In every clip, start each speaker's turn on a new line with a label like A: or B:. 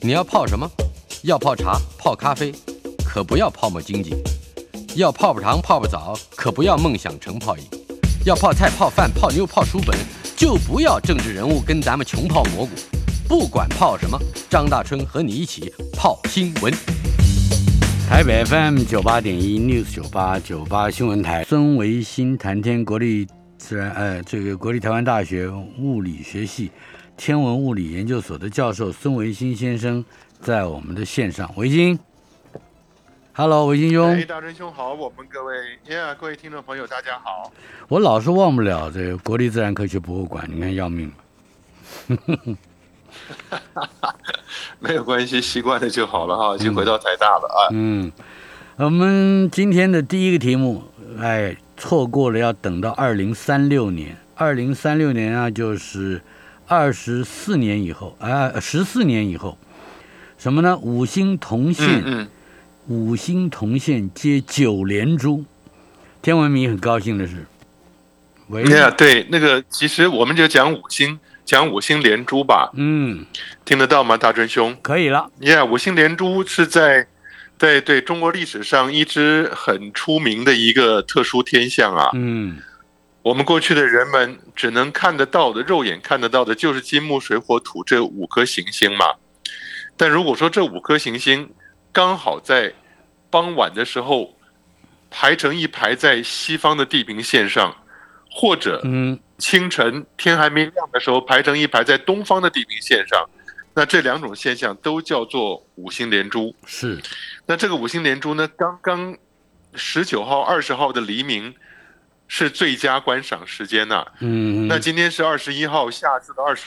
A: 你要泡什么？要泡茶、泡咖啡，可不要泡沫经济；要泡泡糖、泡泡澡，可不要梦想成泡影；要泡菜、泡饭、泡妞、泡书本，就不要政治人物跟咱们穷泡蘑菇。不管泡什么，张大春和你一起泡新闻。
B: 台北 FM 九八点一 News 九八九八新闻台，孙维新谈天国立自然呃这个国立台湾大学物理学系天文物理研究所的教授孙维新先生在我们的线上，维新，Hello，维新兄
C: 哎，，大真兄好，我们各位，Yeah，各位听众朋友，大家好。
B: 我老是忘不了这个国立自然科学博物馆，你看要命吗？
C: 没有关系，习惯了就好了哈，已经回到台大了啊。
B: 嗯，我们今天的第一个题目，哎，错过了要等到二零三六年。二零三六年啊，就是二十四年以后，啊，十四年以后，什么呢？五星同线，
C: 嗯
B: 五星同线接九连珠。天文迷很高兴的是，喂
C: 嗯，，Yeah，对，那个其实我们就讲五星，讲五星连珠吧，
B: 嗯，
C: 听得到吗，大真兄
B: 可以了，
C: ？Yeah，五星连珠是在对对中国历史上一支很出名的一个特殊天象啊。
B: 嗯，
C: 我们过去的人们只能看得到的，肉眼看得到的，就是金木水火土这五颗行星嘛。但如果说这五颗行星刚好在傍晚的时候排成一排在西方的地平线上，或者
B: 嗯，
C: 清晨天还没亮的时候排成一排在东方的地平线上，那这两种现象都叫做五星连珠。
B: 是，
C: 那这个五星连珠呢，刚刚十九号、二十号的黎明是最佳观赏时间呐、
B: 嗯，
C: 那今天是二十一号，下次的二十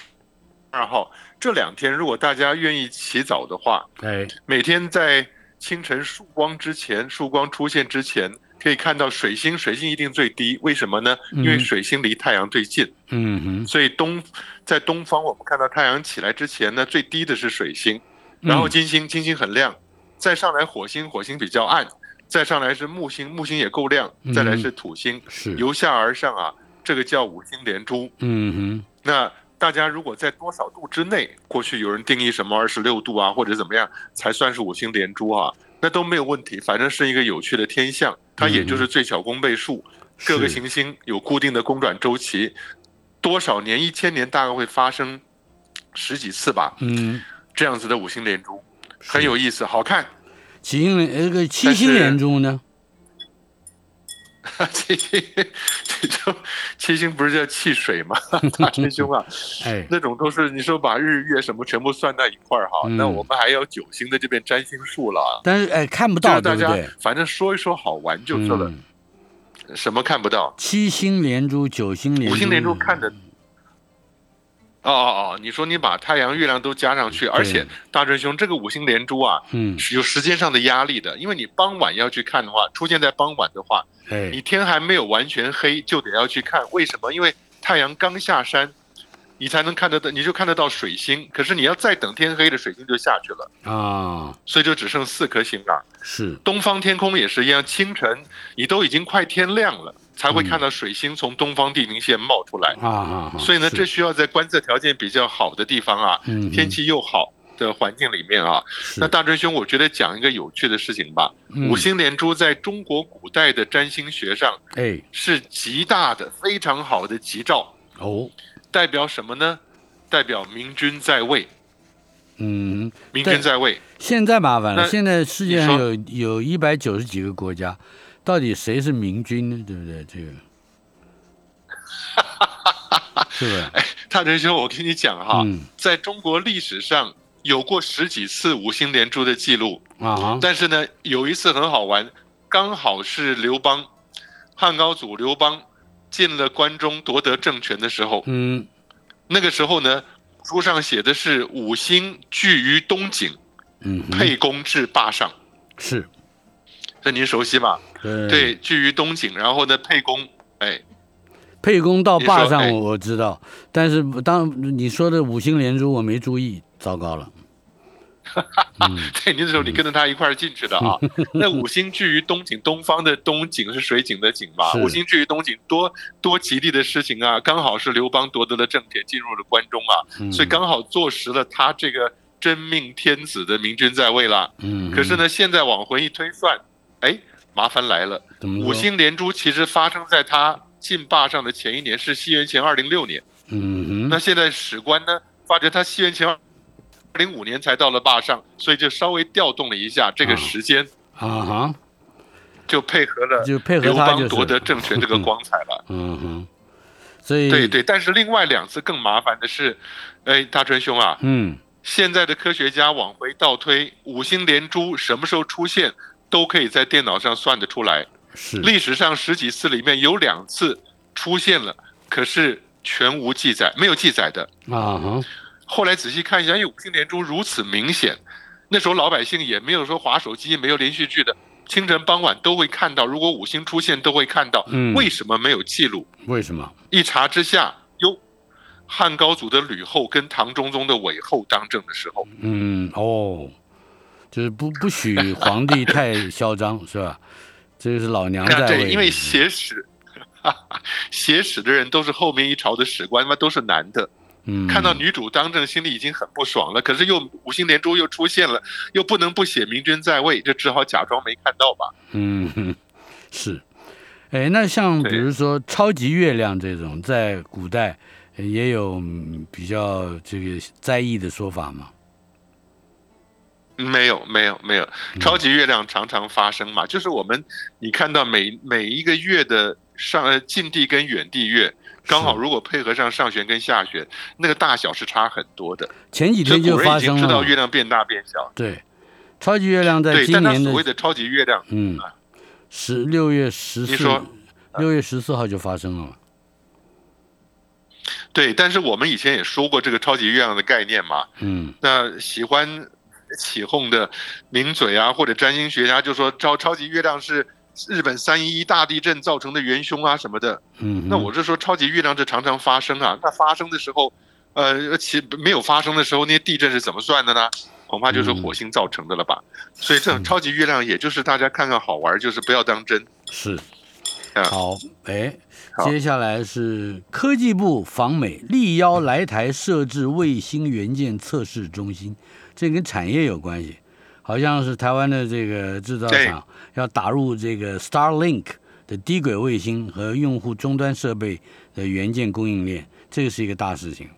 C: 二号，这两天如果大家愿意起早的话，
B: 哎，
C: 每天在清晨曙光之前，曙光出现之前，可以看到水星，水星一定最低，为什么呢？因为
B: 嗯
C: 水星离太阳最近，
B: 嗯哼，
C: 所以东在东方我们看到太阳起来之前呢，最低的是水星。
B: 嗯
C: 然后金星，金星很亮，再上来火星，火星比较暗，再上来是木星，木星也够亮，
B: 嗯
C: 再来是土星，
B: 是，
C: 由下而上啊，这个叫五星连珠。
B: 嗯
C: 那大家如果在多少度之内，过去有人定义什么二十六度啊，或者怎么样才算是五星连珠啊，那都没有问题，反正是一个有趣的天象，它也就是最小公倍数，
B: 哼，
C: 各个
B: 嗯是，
C: 行星有固定的公转周期，多少年，一千年大概会发生十几次吧，
B: 嗯，
C: 这样子的五星连珠。
B: 是
C: 很有意思，好看。
B: 七星连呃这个七星连珠呢？
C: 七星，这就七星不是叫汽水 吗？大师兄啊，
B: 哎，
C: 那种都是你说把日月什么全部算在一块儿哈，
B: 嗯
C: 那我们还有九星的就变占星术了啊。
B: 但是哎看不
C: 就
B: 到，
C: 是
B: 对
C: 大
B: 不
C: 家
B: 对？
C: 反正说一说好玩就是了，
B: 嗯
C: 什么看不到？
B: 七星连珠、九星连珠、
C: 五星连珠看的。哦哦哦，你说你把太阳、月亮都加上去，而且大真兄这个五星连珠啊
B: 嗯，
C: 是有时间上的压力的，因为你傍晚要去看的话，出现在傍晚的话，
B: 哎，
C: 你天还没有完全黑，就得要去看。为什么？因为太阳刚下山，你才能看得到，你就看得到水星。可是你要再等天黑了，水星就下去了，
B: 啊，
C: 所以就只剩四颗星了。
B: 是，
C: 东方天空也是一样，清晨你都已经快天亮了，才会看到水星从东方地平线冒出来。
B: 啊啊，啊
C: 所以呢，
B: 是
C: 这需要在观测条件比较好的地方啊，
B: 嗯哼
C: 天气又好的环境里面啊。
B: 是
C: 那大真兄，我觉得讲一个有趣的事情吧。
B: 嗯
C: 五星连珠在中国古代的占星学上。
B: 哎
C: 是极大的、非常好的吉兆，
B: 哦，
C: 代表什么呢？代表明君在位，
B: 嗯，
C: 明君在位。
B: 现在麻烦了，
C: 那
B: 现在世界上
C: 你
B: 有有一百九十几个国家，到底谁是明君呢？对不对？这 个，是不是？
C: 大哲兄，我跟你讲哈，
B: 嗯
C: 在中国历史上有过十几次五星连珠的记录，
B: 啊哈，
C: 但是呢，有一次很好玩，刚好是刘邦，汉高祖刘邦进了关中夺得政权的时候，
B: 嗯，
C: 那个时候呢，书上写的是五星聚于东井，
B: 嗯哼，
C: 沛公至霸上，
B: 是，
C: 这您熟悉吧？
B: 对
C: 对，居于东井，然后呢，沛公，哎，
B: 沛公到坝
C: 你
B: 上
C: 说哎
B: 我我知道，但是当你说的五星连珠我没注意，糟糕了。
C: 对，你那时
B: 嗯
C: 候你跟着他一块儿进去的 啊。那五星居于东井，东方的东井是水井的井嘛？
B: 是
C: 五星居于东井，多多吉利的事情啊！刚好是刘邦夺得了政权，进入了关中啊，
B: 嗯、
C: 所以刚好坐实了他这个真命天子的明君在位啦。
B: 嗯，
C: 可是呢，现在往回一推算，哎，麻烦来了。
B: 怎么说
C: 五，星连珠其实发生在他晋霸上的前一年，是西元前二零六年。
B: 嗯
C: 那
B: 哼，
C: 现在史官呢，发觉他西元前二零五年才到了霸上，所以就稍微调动了一下这个时间，
B: 啊哈，
C: 就配合了
B: 就配合
C: 刘
B: 他
C: 邦
B: 就
C: 夺得
B: 是，
C: 政权这个光彩了。
B: 嗯哼，所以
C: 对，对，但是另外两次更麻烦的是，哎，大川兄啊，
B: 嗯，
C: 现在的科学家往回倒推，五星连珠什么时候出现，都可以在电脑上算得出来。
B: 是，
C: 历史上十几次里面有两次出现了，可是全无记载，没有记载的。
B: 啊哈，
C: 后来仔细看一下，因为哎五星连珠如此明显，那时候老百姓也没有说划手机，没有连续剧的，清晨傍晚都会看到，如果五星出现都会看到。
B: 嗯
C: 为什么没有记录？
B: 为什么？
C: 一查之下，哟，汉高祖的吕后跟唐中宗的韦后当政的时候，
B: 嗯，哦，就是不不许皇帝太 嚣张，是吧？这就是老娘在
C: 那对，
B: 位，
C: 因为写史， 哈哈，写史的人都是后面一朝的史官嘛，都是男的，
B: 嗯
C: 看到女主当政，心里已经很不爽了，可是又五星连珠又出现了，又不能不写明君在位，就只好假装没看到吧。
B: 嗯，哼， 是。哎，那像比
C: 对
B: 如说超级月亮这种，在古代呃也有嗯比较这个在意的说法嘛？
C: 没有，没有，没有，
B: 嗯
C: 超级月亮常常发生嘛，就是我们你看到每每一个月的上呃近地跟远地月，刚好如果配合上上弦跟下弦，那个大小是差很多的。
B: 前几
C: 所
B: 天
C: 以
B: 就
C: 古人
B: 发
C: 已经
B: 生
C: 知道
B: 了嘛，
C: 月亮变大变小，
B: 对，超级月亮在
C: 对，
B: 今
C: 但它
B: 年
C: 所谓
B: 的
C: 的超级月亮，
B: 嗯十六月十
C: 你
B: 四
C: 说，
B: 六月十四号就发生了嘛？
C: 对，但是我们以前也说过这个超级月亮的概念嘛，
B: 嗯
C: 那喜欢起哄的名嘴啊，或者占星学家就说超超级月亮是日本三一一大地震造成的元凶啊什么的。
B: 嗯哼，
C: 那我是说超级月亮这常常发生啊，那发生的时候，呃，其没有发生的时候，那些地震是怎么算的呢？恐怕就是
B: 嗯
C: 火星造成的了吧。所以这种超级月亮，也就是大家看看好玩，就是不要当真。
B: 是，
C: 啊
B: 好，哎，
C: 好
B: 接下来是科技部访美力邀来台设置卫星元件测试中心，这跟产业有关系，好像是台湾的这个制造
C: 对
B: 厂要打入这个 Starlink 的低轨卫星和用户终端设备的元件供应链，这是一个大事情。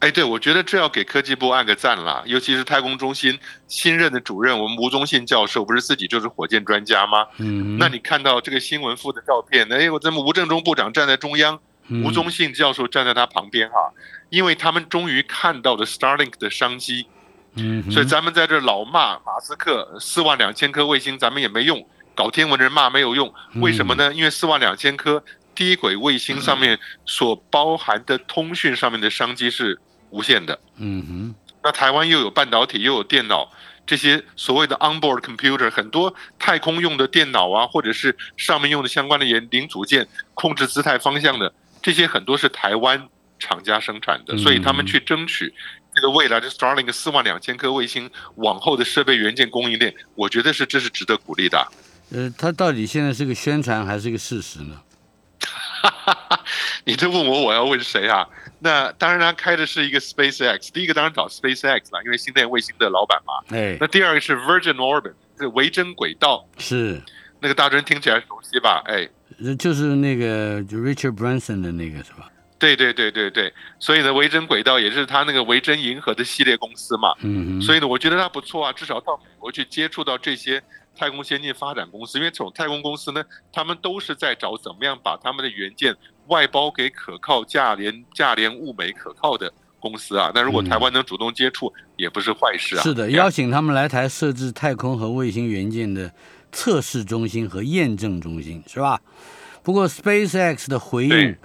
C: 哎，对，我觉得这要给科技部按个赞啦，尤其是太空中心新任的主任，我们吴宗信教授不是自己就是火箭专家吗？
B: 嗯哼，
C: 那你看到这个新闻附的照片，哎，我咱们吴正中部长站在中央，
B: 嗯
C: 吴宗信教授站在他旁边哈、因为他们终于看到了 Starlink 的商机，
B: 嗯哼，
C: 所以咱们在这儿老骂马斯克四万两千颗卫星，咱们也没用，搞天文人骂没有用，
B: 嗯
C: 为什么呢？因为四万两千颗低轨卫星上面所包含的通讯上面的商机是无限的。
B: 嗯哼，
C: 那台湾又有半导体，又有电脑，这些所谓的 onboard computer，很多太空用的电脑啊，或者是上面用的相关的零零组件，控制姿态方向的，这些很多是台湾厂家生产的，
B: 嗯
C: 所以他们去争取这个未来的 Starlink 四万两千颗卫星往后的设备元件供应链，我觉得是这是值得鼓励的。
B: 呃，它到底现在是个宣传还是个事实呢？
C: 你这问我，我要问谁啊？那当然，他开的是一个 SpaceX，第一个当然找 SpaceX 了，因为星链卫星的老板嘛。
B: 哎，
C: 那第二个是 Virgin Orbit，是维珍轨道，
B: 是。
C: 那个大专听起来熟悉吧？哎，
B: 呃就是那个就 Richard Branson 的那个是吧？
C: 对对对对对，所以呢，维珍轨道也是他那个维珍银河的系列公司嘛，
B: 嗯哼，
C: 所
B: 以
C: 以呢，我觉得它不错啊，至少到美国去接触到这些太空先进发展公司，因为这种太空公司呢，他们都是在找怎么样把他们的元件外包给可靠、价廉、价廉物美、可靠的公司啊。那如果
B: 嗯
C: 台湾能主动接触，也不是坏事啊。
B: 是的，
C: 这样
B: 邀请他们来台设置太空和卫星元件的测试中心和验证中心，是吧？不过 SpaceX 的回应
C: 对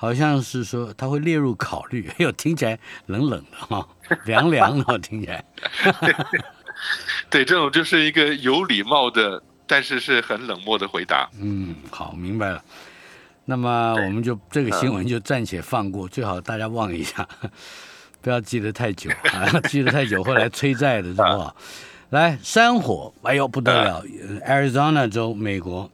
B: 好像是说它会列入考虑，哎呦，听起来冷冷的哈、凉凉的，听起来。
C: 对这种就是一个有礼貌的，但是是很冷漠的回答。
B: 嗯，好，明白了。那么我们就这个新闻就暂且放过，最好大家忘一下， 不要记得太 久啊，记得太久会来催债的，是不好？来，山火，哎呦不得
C: 啊
B: 了！Arizona 州，美国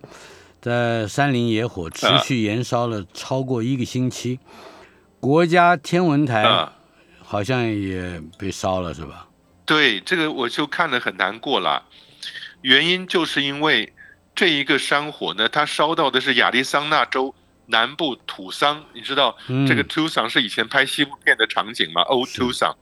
B: 的山林野火持续延烧了超过一个星期，国家天文台
C: 啊，
B: 好像也被烧了是吧？
C: 对，这个我就看得很难过了，原因就是因为这一个山火呢，它烧到的是亚利桑那州南部土桑，你知道
B: 嗯，
C: 这个 Tucson 是以前拍西部片的场景嘛，Old
B: 是
C: Tucson。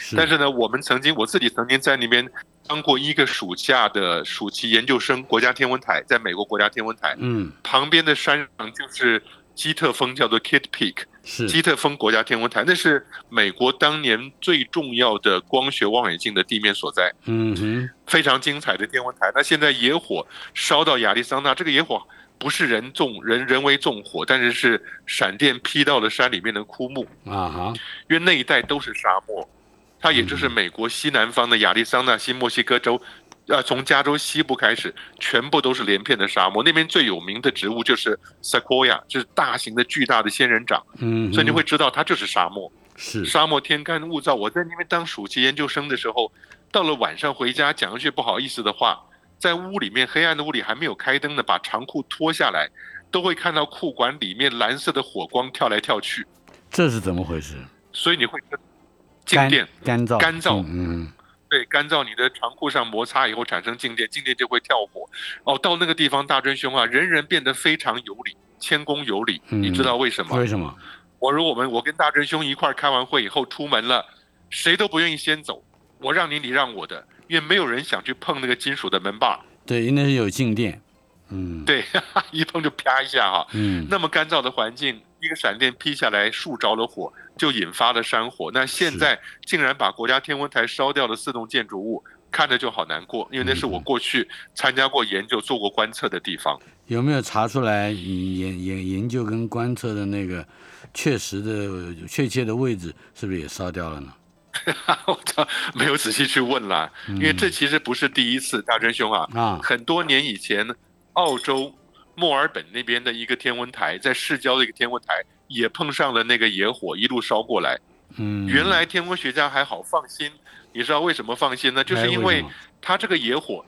B: 是
C: 但是呢，我们曾经我自己曾经在那边当过一个暑假的暑期研究生，国家天文台，在美国国家天文台
B: 嗯
C: 旁边的山上就是基特峰，叫做 Kid Peak。基
B: 是
C: 特峰国家天文台，那是美国当年最重要的光学望远镜的地面所在，
B: 嗯哼
C: 非常精彩的天文台。那现在野火烧到亚利桑那，这个野火不是人纵人人为纵火，但是是闪电劈到了山里面的枯木，
B: 啊哈
C: 因为那一带都是沙漠，它也就是美国西南方的亚利桑那、新墨西哥州。呃，从加州西部开始，全部都是连片的沙漠。那边最有名的植物就是 sequoia，就是大型的、巨大的仙人掌，
B: 嗯哼，
C: 所以你会知道它就是沙漠。
B: 是
C: 沙漠天干物燥。我在那边当暑期研究生的时候，到了晚上回家，讲一句不好意思的话，在屋里面黑暗的屋里还没有开灯呢，把长裤脱下来，都会看到裤管里面蓝色的火光跳来跳去，
B: 这是怎么回事？
C: 所以你会静
B: 干
C: 电，
B: 干燥
C: 干燥
B: 嗯嗯
C: 对，干燥你的长裤上摩擦以后产生静电，静电就会跳火。哦，到那个地方大真凶啊，人人变得非常有理，谦恭有礼，
B: 嗯
C: 你知道为什么？
B: 为什么？
C: 我说我们我跟大真兄一块儿开完会以后出门了，谁都不愿意先走，我让你你让我的，因为没有人想去碰那个金属的门把，
B: 对，应该是有静电。嗯
C: 对， 一碰就啪一下哈。
B: 嗯
C: 那么干燥的环境，一个闪电劈下来，树着了火，就引发了山火。那现在竟然把国家天文台烧掉了四栋建筑物，看着就好难过，因为那是我过去参加过研究、做过观测的地方。
B: 有没有查出来你研研研究跟观测的那个确实的确切的位置是不是也烧掉了呢？
C: 我操，没有仔细去问啦，因为这其实不是第一次，大真兄啊，
B: 啊，
C: 很多年以前，澳洲墨尔本那边的一个天文台，在市郊的一个天文台，也碰上了那个野火，一路烧过来。
B: 嗯，
C: 原来天文学家还好放心，你知道为什么放心呢？就
B: 哎
C: 是因
B: 为
C: 为
B: 什么
C: 它这个野火，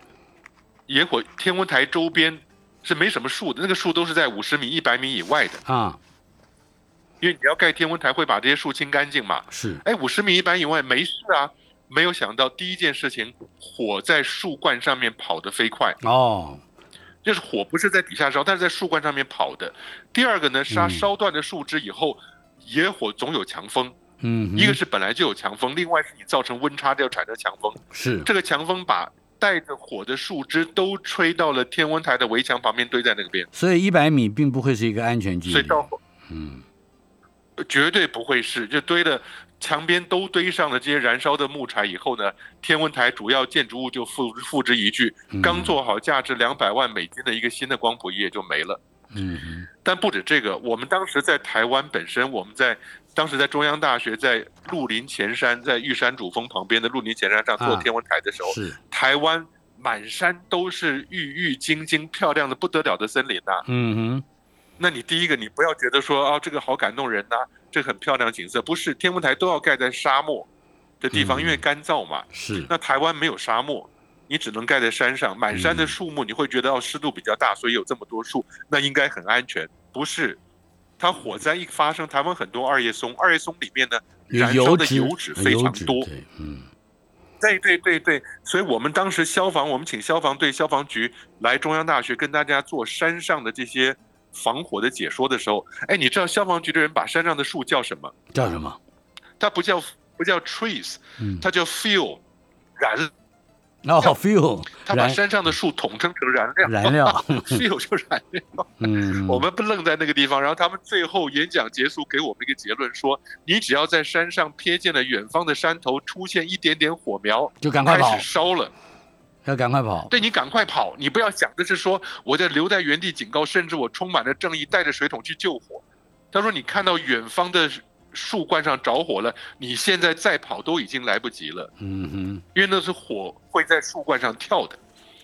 C: 野火天文台周边是没什么树的，那个树都是在五十米、一百米以外的，
B: 啊
C: 因为你要盖天文台会把这些树清干净嘛。
B: 是
C: 哎，五十米、一百以外没事啊。没有想到，第一件事情，火在树冠上面跑得飞快。
B: 哦，
C: 就是火不是在底下烧，但是在树冠上面跑的。第二个呢，
B: 嗯
C: 杀烧断的树枝以后，野火总有强风，
B: 嗯哼，
C: 一个是本来就有强风，另外是你造成温差掉产生强风。
B: 是
C: 这个强风把带着火的树枝都吹到了天文台的围墙旁边，堆在那个边，
B: 所以一百米并不会是一个安全距
C: 所以
B: 离。
C: 到后
B: 嗯
C: 绝对不会是就堆了。墙边都堆上了这些燃烧的木柴以后呢，天文台主要建筑物就付付之一炬
B: 嗯，
C: 刚做好价值两百万美金的一个新的光谱仪也就没了。
B: 嗯哼
C: 但不止这个，我们当时在台湾本身，我们在当时在中央大学在鹿林前山，在玉山主峰旁边的鹿林前山上做
B: 啊
C: 天文台的时候，
B: 是
C: 台湾满山都是郁郁青青、漂亮的不得了的森林呐、
B: 嗯
C: 那你第一个，你不要觉得说啊，这个好感动人呐、这很漂亮景色，不是天文台都要盖在沙漠的地方，
B: 嗯
C: 因为干燥嘛。
B: 哼是
C: 那台湾没有沙漠，你只能盖在山上，满山
B: 嗯
C: 的树木，你会觉得哦湿度比较大，所以有这么多树，那应该很安全。不是，它火灾一发生，台湾很多二叶松，二叶松里面呢
B: 有
C: 燃烧的
B: 脂
C: 油脂
B: 有
C: 非常
B: 脂
C: 多。
B: 对，嗯
C: 对对对对，所以我们当时消防，我们请消防队、消防局来中央大学跟大家做山上的这些防火的解说的时候，哎，你知道消防局的人把山上的树叫什么？
B: 叫什么？
C: 它不叫不叫 trees，
B: 嗯
C: 它叫 fuel，燃
B: 哦，fuel
C: 他把
B: 燃
C: 山上的树统称成燃料，
B: 燃 料
C: fuel 就燃料。
B: 嗯
C: 我们不愣在那个地方，然后他们最后演讲结束给我们一个结论说：你只要在山上瞥见了远方的山头出现一点点火苗，
B: 就赶快
C: 开
B: 跑
C: 始，烧了，
B: 要赶快跑。
C: 对你赶快跑，你不要想的是说我在留在原地警告，甚至我充满了正义，带着水桶去救火。他说你看到远方的树冠上着火了，你现在再跑都已经来不及了，
B: 嗯
C: 因为那是火会在树冠上跳的。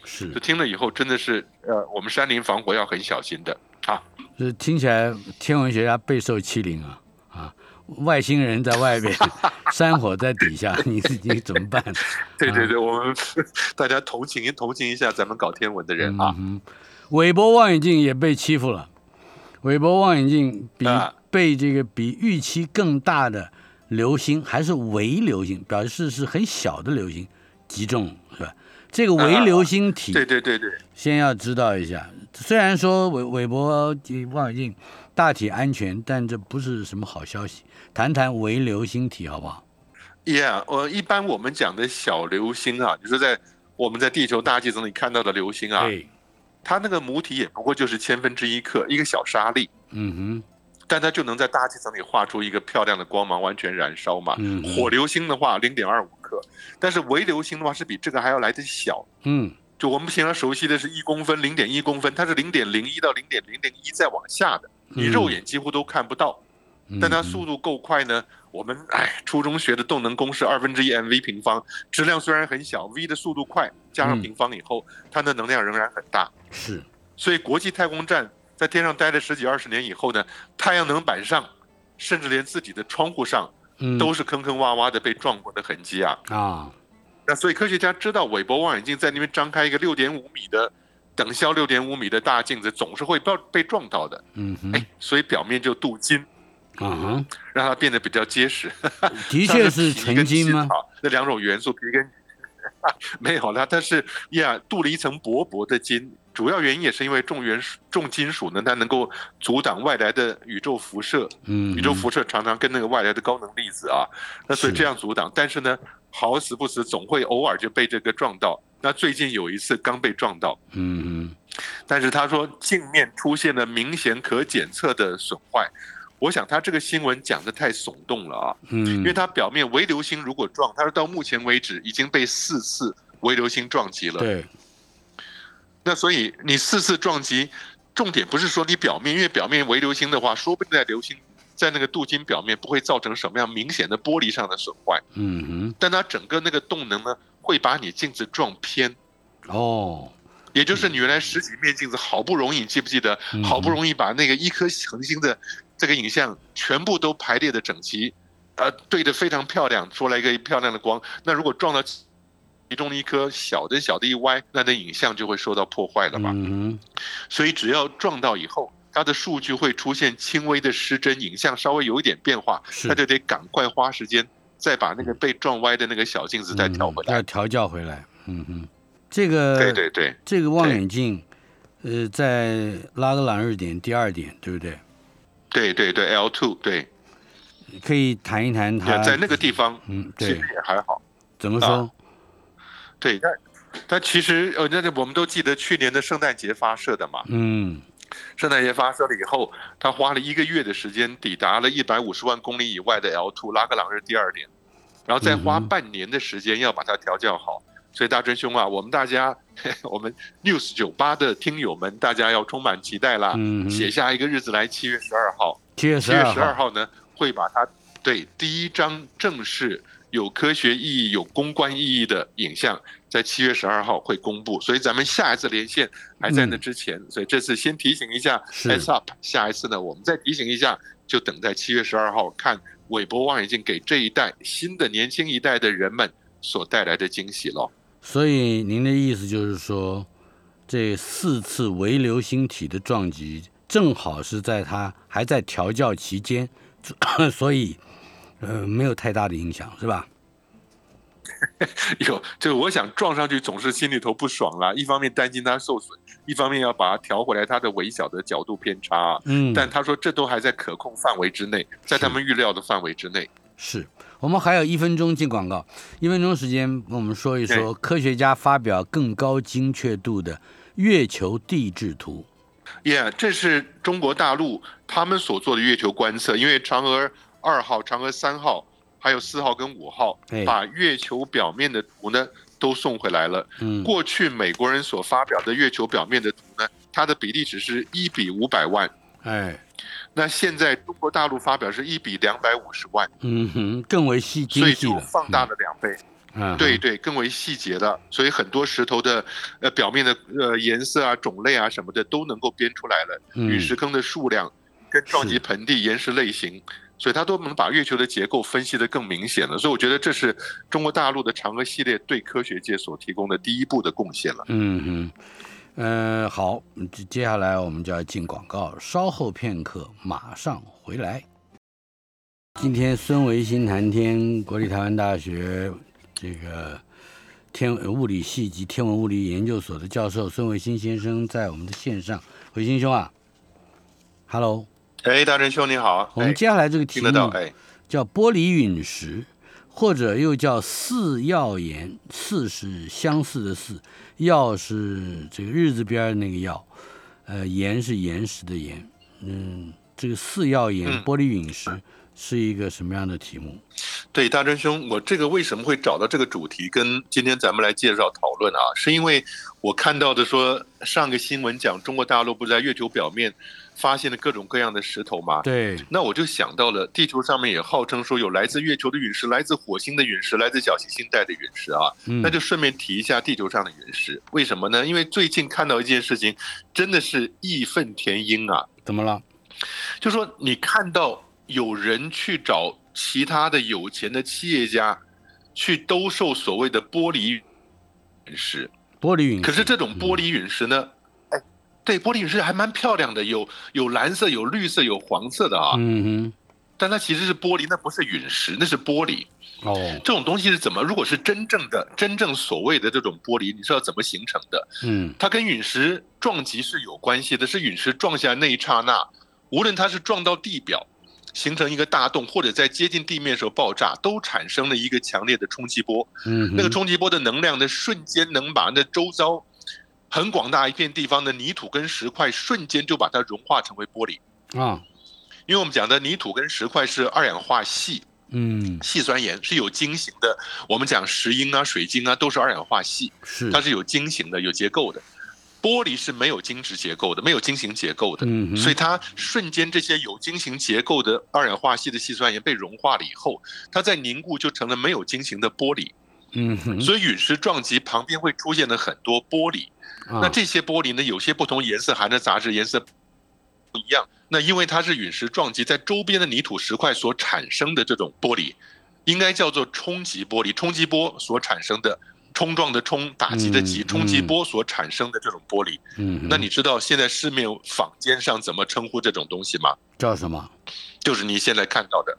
B: 哼是
C: 就。听了以后，真的是呃，我们山林防火要很小心的啊。
B: 就是听起来天文学家备受欺凌啊啊！外星人在外 边，山火在底下， 你你怎么办？
C: 对对对，我们 大家同情同情一下咱们搞天文的人啊。
B: 嗯哼，韦伯望远镜也被欺负了。韦伯望远镜比
C: 啊
B: 被这个比预期更大的流星还是微流星，表示是很小的流星击中，是吧？这个微流星体，
C: 啊对对对对，
B: 先要知道一下。虽然说韦韦伯望远镜大体安全，但这不是什么好消息。谈谈微流星体好不好？
C: Yeah，呃，一般我们讲的小流星啊，就是在我们在地球大气层里看到的流星啊，
B: 对，
C: 它那个母体也不过就是千分之一克，一个小沙粒，
B: 嗯
C: 但它就能在大气层里画出一个漂亮的光芒，完全燃烧嘛。
B: 嗯
C: 火流星的话，零点二五克，但是微流星的话是比这个还要来得小，
B: 哼，嗯
C: 就我们平常熟悉的是一公分、零点一公分，它是零点零一到零点零零一再往下的，你肉眼几乎都看不到。
B: 嗯，
C: 但它速度够快呢。我们哎，初中学的动能公式二分之一 mv 平方，质量虽然很小，v 的速度快，加上
B: 嗯
C: 平方以后，它的能量仍然很大。
B: 是，
C: 所以国际太空站在天上待了十几二十年以后呢，太阳能板上，甚至连自己的窗户上
B: 嗯
C: 都是坑坑洼洼的被撞过的痕迹啊。
B: 啊，
C: 那所以科学家知道韦伯望远镜在那边张开一个六点五米的等效六点五米的大镜子，总是会被被撞到的。
B: 嗯哼，
C: 哎，所以表面就镀金，
B: 啊哈，
C: 让它变得比较结实。
B: 的
C: 像
B: 确是
C: 是皮
B: 纯
C: 跟
B: 金
C: 锌
B: 吗？
C: 啊？那两种元素皮跟没有啦，但是呀，镀了一层薄薄的金，主要原因也是因为重元素、重金属呢，它能够阻挡外来的宇宙辐射，
B: 嗯，
C: 宇宙辐射常常跟那个外来的高能粒子啊，那所以
B: 是
C: 这样阻挡，但是呢，好死不死总会偶尔就被这个撞到。那最近有一次刚被撞到，
B: 嗯
C: 但是他说镜面出现了明显可检测的损坏。我想他这个新闻讲的太耸动了啊！
B: 哼，嗯，
C: 因为它表面微流星如果撞，它是到目前为止已经被四次微流星撞击了。
B: 对，
C: 那所以你四次撞击，重点不是说你表面，因为表面微流星的话，说不定在流星在那个镀金表面不会造成什么样明显的玻璃上的损坏，
B: 嗯
C: 但它整个那个动能呢，会把你镜子撞偏。
B: 哼，哦，
C: 也就是你原来十几面镜子，好不容易，你记不记得
B: 嗯？
C: 好不容易把那个一颗恒星的这个影像全部都排列的整齐，呃，对的非常漂亮，出来一个漂亮的光。那如果撞到其中的一颗小的小的一歪，那那影像就会受到破坏了嘛。
B: 嗯哼，
C: 所以只要撞到以后，它的数据会出现轻微的失真，影像稍微有一点变化，
B: 是
C: 那就得赶快花时间再把那个被撞歪的那个小镜子再调回
B: 嗯
C: 来。
B: 要调教回来，嗯哼，这个
C: 对对对。
B: 这个望远镜，呃，在拉格朗日点第二点，对不对？
C: 对对对，L two 对，
B: 可以谈一谈它，
C: 在那个啊地方，
B: 嗯，
C: 其实
B: 哎对，
C: 也还好。
B: 怎么说？
C: 对，但但其实呃，那那我们都记得去年的圣诞节发射的嘛。
B: 嗯
C: 圣诞节发射了以后，它花了一个月的时间抵达了一百五十万公里以外的 L two 拉格朗日第二点，然后再花
B: 嗯哼
C: 半年的时间要把它调教好。所以大真兄啊，我们大家， 我们 News 九八的听友们，大家要充满期待啦！
B: 嗯哼
C: 写下一个日子来，七月十二号。
B: 七月
C: 七
B: 十
C: 月
B: 二
C: 十二
B: 号，
C: 号呢，会把它对第一张正式有科学意义、有公关意义的影像，在七月十二号会公布。所以咱们下一次连线还在那之前，所以这次先提醒一下
B: 是
C: S up，下一次呢，我们再提醒一下，就等在七月十二号看韦伯望远镜给这一代新的年轻一代的人们所带来的惊喜咯。
B: 所以您的意思就是说，这四次微流星体的撞击，正好是在它还在调教期间， 所以呃没有太大的影响，是吧？
C: 有，就我想撞上去总是心里头不爽啦，一方面担心它受损，一方面要把它调回来它的微小的角度偏差啊、
B: 嗯，
C: 但他说这都还在可控范围之内，在他们预料的范围之内。
B: 是我们还有一分钟进广告，一分钟时间，我们说一说科学家发表更高精确度的月球地质图。
C: Yeah，这是中国大陆他们所做的月球观测，因为嫦娥二号、嫦娥三号还有四号跟五号
B: 哎，
C: 把月球表面的图呢都送回来了。
B: 嗯，
C: 过去美国人所发表的月球表面的图呢，它的比例只是一比五百万，
B: 哎，
C: 那现在中国大陆发表是一比两百五十万，
B: 嗯哼，更为细精
C: 所以
B: 细
C: 就
B: 了，
C: 放大了两倍。
B: 嗯，
C: 对对，更为细节的，所以很多石头的呃表面的呃颜色啊、种类啊什么的都能够编出来了，
B: 嗯，
C: 陨石坑的数量、跟撞
B: 是
C: 击盆地、岩石类型，所以它都能把月球的结构分析得更明显了。所以我觉得这是中国大陆的嫦娥系列对科学界所提供的第一步的贡献了。
B: 嗯哼，呃，好，接接下来我们就要进广告，稍后片刻，马上回来。今天孙维新谈天国立台湾大学这个天呃物理系及天文物理研究所的教授孙维新先生在我们的线上，维新兄啊，Hello，
C: 哎，大真兄你好，
B: 我们嗯接下来这个
C: 哎
B: 题
C: 听
B: 目
C: 得到哎，
B: 叫玻璃陨石，或者又叫似曜岩。似是相似的似，曜是这个日字边儿那个曜，呃，岩是岩石的岩。嗯，这个似曜岩
C: 嗯
B: 玻璃陨石是一个什么样的题目？
C: 对，大真兄，我这个为什么会找到这个主题，跟今天咱们来介绍讨论啊？是因为我看到的说上个新闻讲中国大陆不是在月球表面发现了各种各样的石头吗？
B: 对，
C: 那我就想到了，地球上面也号称说有来自月球的陨石、来自火星的陨石、来自小行星带的陨石啊。
B: 嗯
C: 那就顺便提一下地球上的陨石，为什么呢？因为最近看到一件事情，真的是义愤填膺啊！
B: 怎么了？
C: 就说你看到有人去找其他的有钱的企业家去兜售所谓的玻璃陨石，
B: 玻璃陨石，
C: 可是这种玻璃陨石呢，哎，对，玻璃陨石还蛮漂亮的，有有蓝色、有绿色、有黄色的啊，
B: 嗯
C: 但它其实是玻璃，那不是陨石，那是玻璃。
B: 哼，哦，
C: 这种东西是怎么？如果是真正的、真正所谓的这种玻璃，你知道怎么形成的？
B: 嗯
C: 它跟陨石撞击是有关系的，是陨石撞下那一刹那，无论它是撞到地表，形成一个大洞，或者在接近地面的时候爆炸，都产生了一个强烈的冲击波。
B: 嗯哼，
C: 那个冲击波的能量呢，瞬间能把那周遭很广大一片地方的泥土跟石块，瞬间就把它融化成为玻璃。
B: 啊，
C: 因为我们讲的泥土跟石块是二氧化系
B: 嗯，
C: 细酸盐，是有晶型的。我们讲石英啊、水晶啊，都是二氧化系。
B: 是，
C: 它是有晶型的、有结构的。玻璃是没有晶质结构的，没有晶型结构的，
B: 嗯哼，
C: 所以它瞬间这些有晶型结构的二氧化系的细酸盐被融化了以后，它在凝固就成了没有晶型的玻璃。
B: 嗯哼，
C: 所以陨石撞击旁边会出现了很多玻璃，
B: 啊
C: 那这些玻璃呢，有些不同颜色含的杂质颜色不一样。那因为它是陨石撞击在周边的泥土石块所产生的这种玻璃，应该叫做冲击玻璃，冲击波所产生的。冲撞的冲，打击的击，
B: 嗯
C: 冲击
B: 嗯
C: 波所产生的这种玻璃，
B: 嗯哼，
C: 那你知道现在市面坊间上怎么称呼这种东西吗？
B: 叫什么？
C: 就是你现在看到的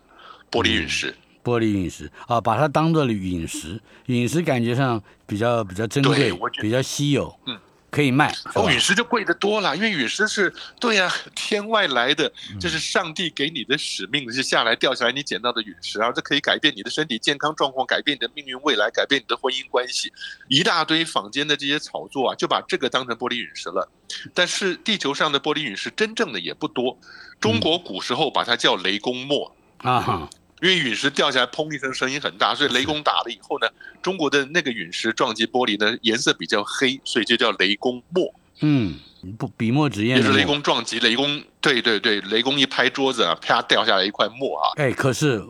C: 玻璃陨石。
B: 玻璃陨石啊，把它当做陨石，陨石感觉上比较比较珍
C: 对
B: 贵
C: 我觉，得
B: 比较稀有，
C: 嗯，
B: 可以卖。是吧
C: 哦，陨石就贵得多了，因为陨石是对呀、天外来的，
B: 嗯
C: 这是上帝给你的使命，是下来掉下来你捡到的陨石啊，这可以改变你的身体健康状况，改变你的命运未来，改变你的婚姻关系，一大堆坊间的这些炒作啊，就把这个当成玻璃陨石了。但是地球上的玻璃陨石真正的也不多，中国古时候把它叫雷公墨。
B: 啊哈，
C: 因为陨石掉下来，砰一声，声音很大，所以雷公打了以后呢，中国的那个陨石撞击玻璃呢，颜色比较黑，所以就叫雷公墨。
B: 嗯，不，笔墨纸砚
C: 也
B: 的
C: 是雷
B: 墨。
C: 公撞击，雷公对对对，雷公一拍桌子啊，啪掉下来一块墨啊。
B: 哎，可是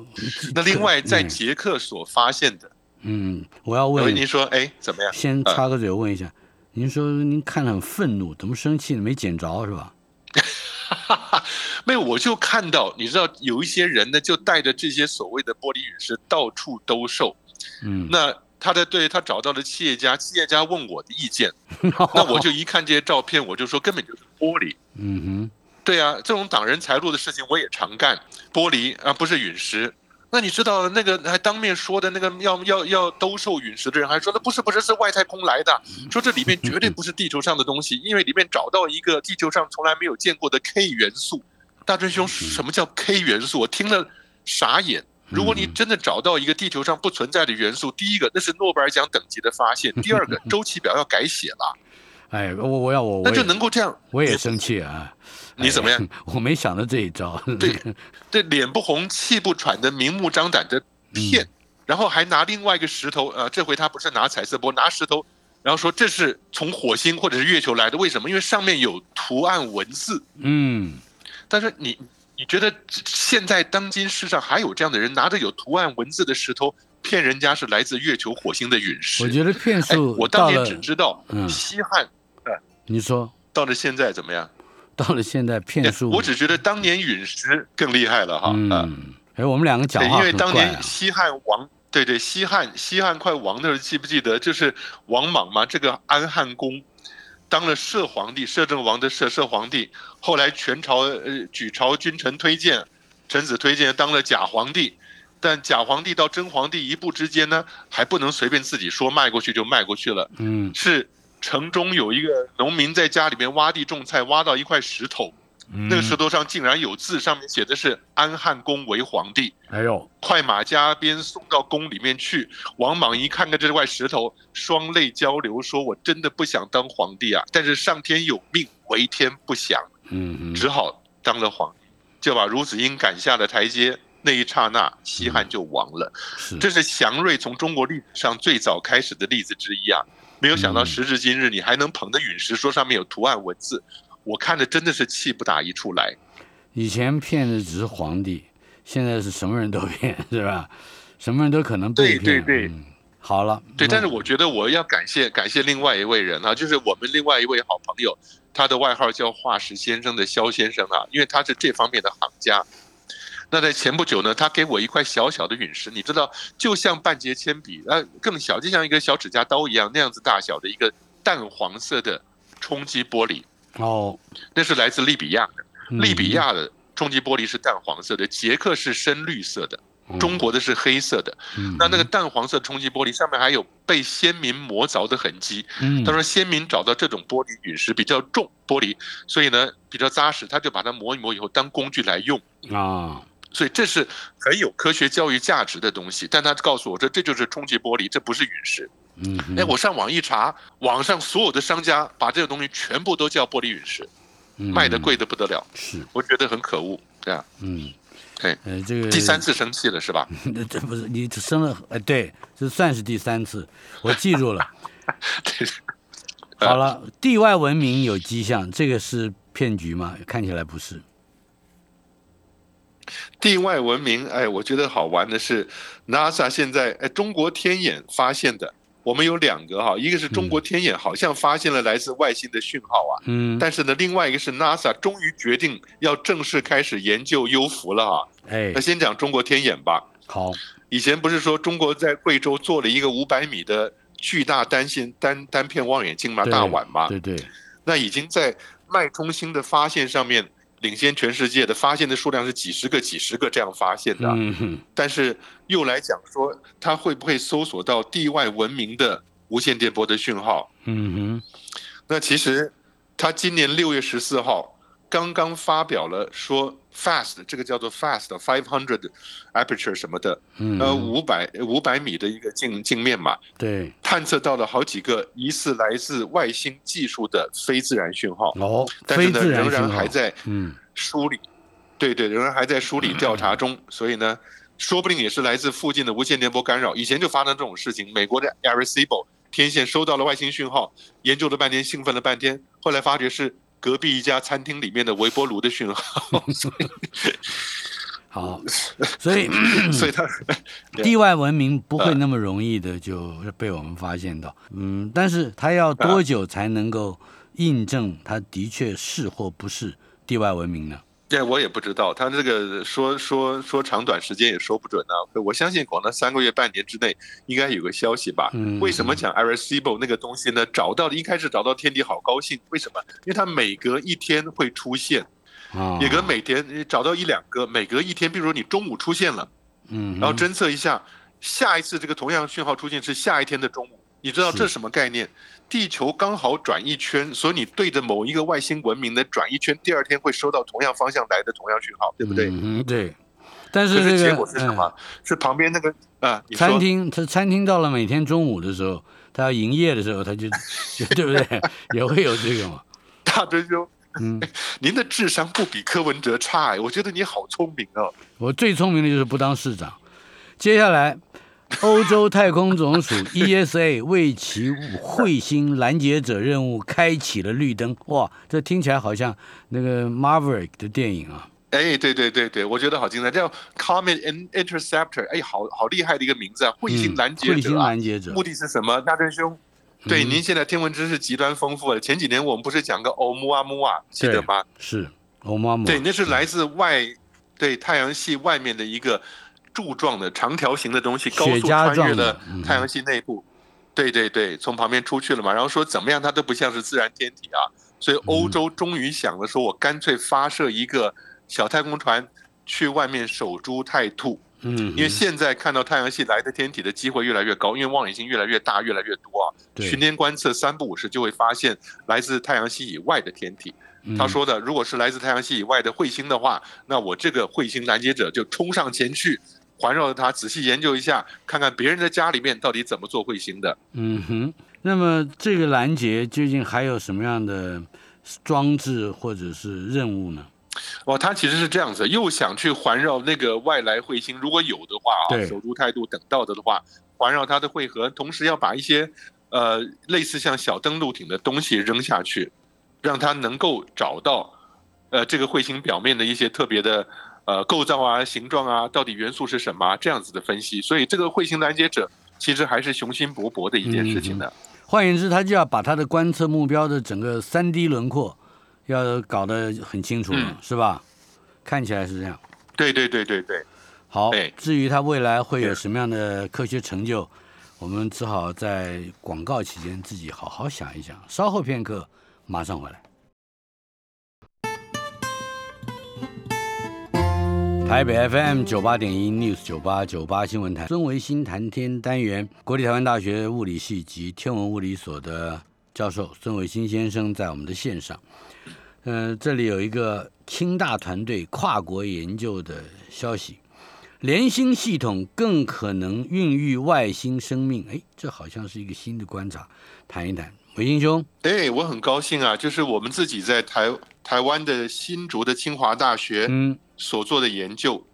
C: 那另外在
B: 嗯
C: 捷克所发现的，
B: 嗯，我要
C: 我
B: 问
C: 跟，您说，哎，怎么样？
B: 先插个嘴问一下，您说您看得很愤怒，怎么生气呢？没捡着是吧？
C: 哈哈，没有，我就看到，你知道有一些人呢，就带着这些所谓的玻璃陨石到处兜售。
B: 嗯，
C: 那他的对他找到了企业家，企业家问我的意 见，那我就一看这些照片，我就说根本就是玻璃。
B: 嗯
C: 对啊，这种挡人财路的事情我也常干，玻璃啊不是陨石。那你知道那个还当面说的那个要要要兜售陨石的人还说那不是不是是外太空 来的，说这里面绝对不是地球上的东西，因为里面找到一个地球上从来没有见过的 K 元素。大真
B: 嗯
C: 兄，什么叫 K 元素？我听了傻眼。
B: 嗯
C: 如果你真的找到一个地球上不存在的元素，第一个那是诺贝尔奖等级的发现，第 二个周期表要改写了，
B: 哼，哎，我我要我
C: 那
B: 我
C: 就
B: 也哎
C: 能够这样。
B: 我也生气啊！
C: 你怎么样？
B: 我没想到这一招。
C: 对，这脸不红气不喘的明目张胆的骗，
B: 嗯
C: 然后还拿另外一个石头，呃，这回他不是拿彩色波，拿石头，然后说这是从火星或者是月球来的，为什么？因为上面有图案文字。
B: 嗯，
C: 但是你你觉得现在当今世上还有这样的人拿着有图案文字的石头骗人家是来自月球、火星的陨石？
B: 我觉得骗
C: 哎，
B: 术
C: 我
B: 到
C: 当年
B: 了
C: 只，知道
B: 嗯
C: 西汉。
B: 你说
C: 到了现在怎么样？ 哎
B: 到了现在骗术，
C: 我只觉得当年陨石更厉害了哈。啊
B: 嗯，哎，我们两个讲
C: 对，
B: 话
C: 因为
B: 很
C: 当
B: 怪
C: 年
B: 啊。
C: 西汉王，对对，西汉西汉快亡的时候，记不记得就是王莽嘛？这个安汉公当了摄皇帝，摄政王的摄摄皇帝，后来全朝呃举朝君臣推荐，陈子推荐当了假皇帝，但假皇帝到真皇帝一步之间呢，还不能随便自己说卖过去就卖过去了。
B: 嗯
C: 是城中有一个农民在家里面挖地种菜，挖到一块石头，
B: 嗯
C: 那个石头上竟然有字，上面写的是安汉公为皇帝。
B: 哎呦，
C: 快马加鞭送到宫里面去。王莽一看看这块石头，双泪交流，说：“我真的不想当皇帝啊，但是上天有命，为天不祥，
B: 嗯
C: 只好当了皇帝，就把孺子婴赶下了台阶。”那一刹那，西汉就亡了。
B: 嗯是
C: 这是祥瑞从中国历史上最早开始的例子之一啊！没有想到
B: 嗯
C: 时至今日，你还能捧着陨石说上面有图案文字，我看着真的是气不打一处来。
B: 以前骗的只是皇帝，现在是什么人都骗，是吧？什么人都可能被骗。
C: 对对对
B: 嗯好了，
C: 对，
B: 那
C: 但是我觉得我要感谢感谢另外一位人啊，就是我们另外一位好朋友，他的外号叫化石先生的肖先生啊，因为他是这方面的行家。那在前不久呢，他给我一块小小的陨石，你知道，就像半截铅笔，呃，更小，就像一个小指甲刀一样那样子大小的一个淡黄色的冲击玻璃，
B: 哦，
C: 那是来自利比亚的，
B: 嗯
C: 利比亚的冲击玻璃是淡黄色的，捷克是深绿色的，中国的是黑色的。
B: 嗯
C: 那那个淡黄色冲击玻璃上面还有被先民磨凿的痕迹。
B: 嗯
C: 他说先民找到这种玻璃陨石比较重，玻璃，所以呢比较扎实，他就把它磨一磨以后当工具来用。
B: 啊，
C: 所以这是很有科学教育价值的东西。但他告诉我这这就是冲击玻璃，这不是陨石。
B: 嗯哼，
C: 哎，我上网一查，网上所有的商家把这个东西全部都叫玻璃陨石，
B: 嗯
C: 卖的贵的不得了，
B: 是
C: 我觉得很可恶。对啊，
B: 嗯，
C: 对，
B: 呃，这个
C: 第三次生气了是吧？
B: 那 这不是你生了？哎，对，这算是第三次，我记住了。
C: 呃
B: 好了，地外文明有迹象，这个是骗局吗？看起来不是。
C: 地外文明，哎，我觉得好玩的是，NASA 现在哎，中国天眼发现的，我们有两个哈，一个是中国天眼好像发现了来自外星的讯号啊，
B: 嗯，
C: 但是呢，另外一个是 NASA 终于决定要正式开始研究幽浮了哈。
B: 哎
C: 那，先讲中国天眼吧，
B: 好，
C: 以前不是说中国在贵州做了一个五百米的巨大单线单单片望远镜吗？
B: 对
C: 大碗吗？
B: 对对，
C: 那已经在脉冲星的发现上面领先全世界的，发现的数量是几十个、几十个这样发现的啊。
B: 嗯哼，
C: 但是又来讲说，它会不会搜索到地外文明的无线电波的讯号？
B: 嗯
C: 那其实，它今年六月十四号刚刚发表了说 FAST 这个叫做 FAST Five Hundred Aperture 什么的，
B: 哼，嗯，
C: 呃，五百五百米的一个镜镜面嘛，
B: 对，
C: 探测到了好几个疑似来自外星技术的非自然讯号，
B: 哦，
C: 但是
B: 非
C: 呢，
B: 自然
C: 仍
B: 信
C: 然
B: 号
C: 还，在
B: 嗯，
C: 梳理，对对，仍然还在梳理调查中，所以呢，说不定也是来自附近的无线电波干扰。以前就发生这种事情，美国的 Arecibo 天线收到了外星讯号，研究了半天，兴奋了半天，后来发觉是隔壁一家餐厅里面的微波炉的讯号，所
B: 好，所以
C: 以所以他 对嗯
B: 地外文明不会那么容易的就被我们发现到，嗯，但是它要多久才能够印证它的确是或不是地外文明呢？
C: 这我也不知道，他这个说说说长短时间也说不准呢、我相信广到三个月、半年之内应该有个消息吧。
B: 嗯
C: 为什么讲 Arecibo 那个东西呢？找到一开始找到天敌好高兴，为什么？因为它每隔一天会出现，
B: 啊，
C: 也隔每天你找到一两个，每隔一天，比如说你中午出现了，
B: 嗯哼，
C: 然后侦测一下，下一次这个同样讯号出现是下一天的中午。你知道这是什么概念？地球刚好转一圈，所以你对着某一个外星文明的转一圈，第二天会收到同样方向来的同样讯号，对不对？
B: 嗯哼，对，但
C: 可
B: 是这个
C: 是结果是什
B: 嗯
C: 么？是旁边那个啊，你
B: 餐
C: 说
B: 厅，他餐厅到了每天中午的时候，他要营业的时候，他就 就对不对？也会有这个嘛。
C: 大追兄，
B: 嗯，
C: 您的智商不比柯文哲差哎，我觉得你好聪明哦。
B: 我最聪明的就是不当市长。接下来，欧洲太空总署 ESA 为其彗星拦截者任务开启了绿灯。哇，这听起来好像那个 Maverick 的电影啊。
C: 哎，对对对对，我觉得好精彩，叫 Comet and Interceptor，哎，好好厉害的一个名字啊，彗星拦截
B: 嗯、彗
C: 者
B: 星
C: 啊、
B: 拦截者嗯
C: 目。的是什么？大真兄，对，您现在天文知识极端丰富了。前几年我们不是讲个欧姆阿姆啊，记得吗？
B: 是欧妈妈。
C: 对，那是来自外，对太阳系外面的一个柱状的长条形的东西，高
B: 雪
C: 速
B: 茄
C: 穿越
B: 状的嗯
C: 了太阳系内部。对对对，从旁边出去了嘛，然后说怎么样，它都不像是自然天体
B: 嗯
C: 啊。所以欧洲终于想了，说我干脆发射一个小太空船去外面守株待兔。
B: 嗯，
C: 因为现在看到太阳系来的天体的机会越来越高，因为望远镜越来越大、越来越多啊。
B: 对
C: 巡天观测三不五时就会发现来自太阳系以外的天体。
B: 嗯
C: 他说的，如果是来自太阳系以外的彗星的话，那我这个彗星拦截者就冲上前去，环绕着它仔细研究一下，看看别人的家里面到底怎么做彗星的。
B: 嗯哼，那么这个拦截究竟还有什么样的装置或者是任务呢？
C: 哇，哦他其实是这样子，又想去环绕那个外来彗星，如果有的话啊，
B: 对
C: 守株态度等到的的话，环绕它的汇合，同时要把一些呃类似像小登陆艇的东西扔下去，让它能够找到呃这个彗星表面的一些特别的呃构造啊、形状啊，到底元素是什么啊、这样子的分析。所以这个彗星拦截者其实还是雄心勃勃的一件事情的。
B: 换言之，他就要把他的观测目标的整个三 D 轮廓要搞得很清楚了，
C: 嗯
B: 是吧？看起来是这样。
C: 对对对对对，
B: 好
C: 对，
B: 至于他未来会有
C: 对
B: 什么样的科学成就，我们只好在广告期间自己好好想一想。稍后片刻，马上回来。台北 FM 九八点一 News 九八九八新闻台，孙维新谈天单元，国立台湾大学物理系及天文物理所的教授孙维新先生在我们的线上。嗯、这里有一个清大团队跨国研究的消息，联星系统更可能孕育外星生命。哎，这好像是一个新的观察，谈一谈。维新兄，
C: 哎，我很高兴啊，就是我们自己在台台湾的新竹的清华大学，
B: 嗯
C: 所做的研究，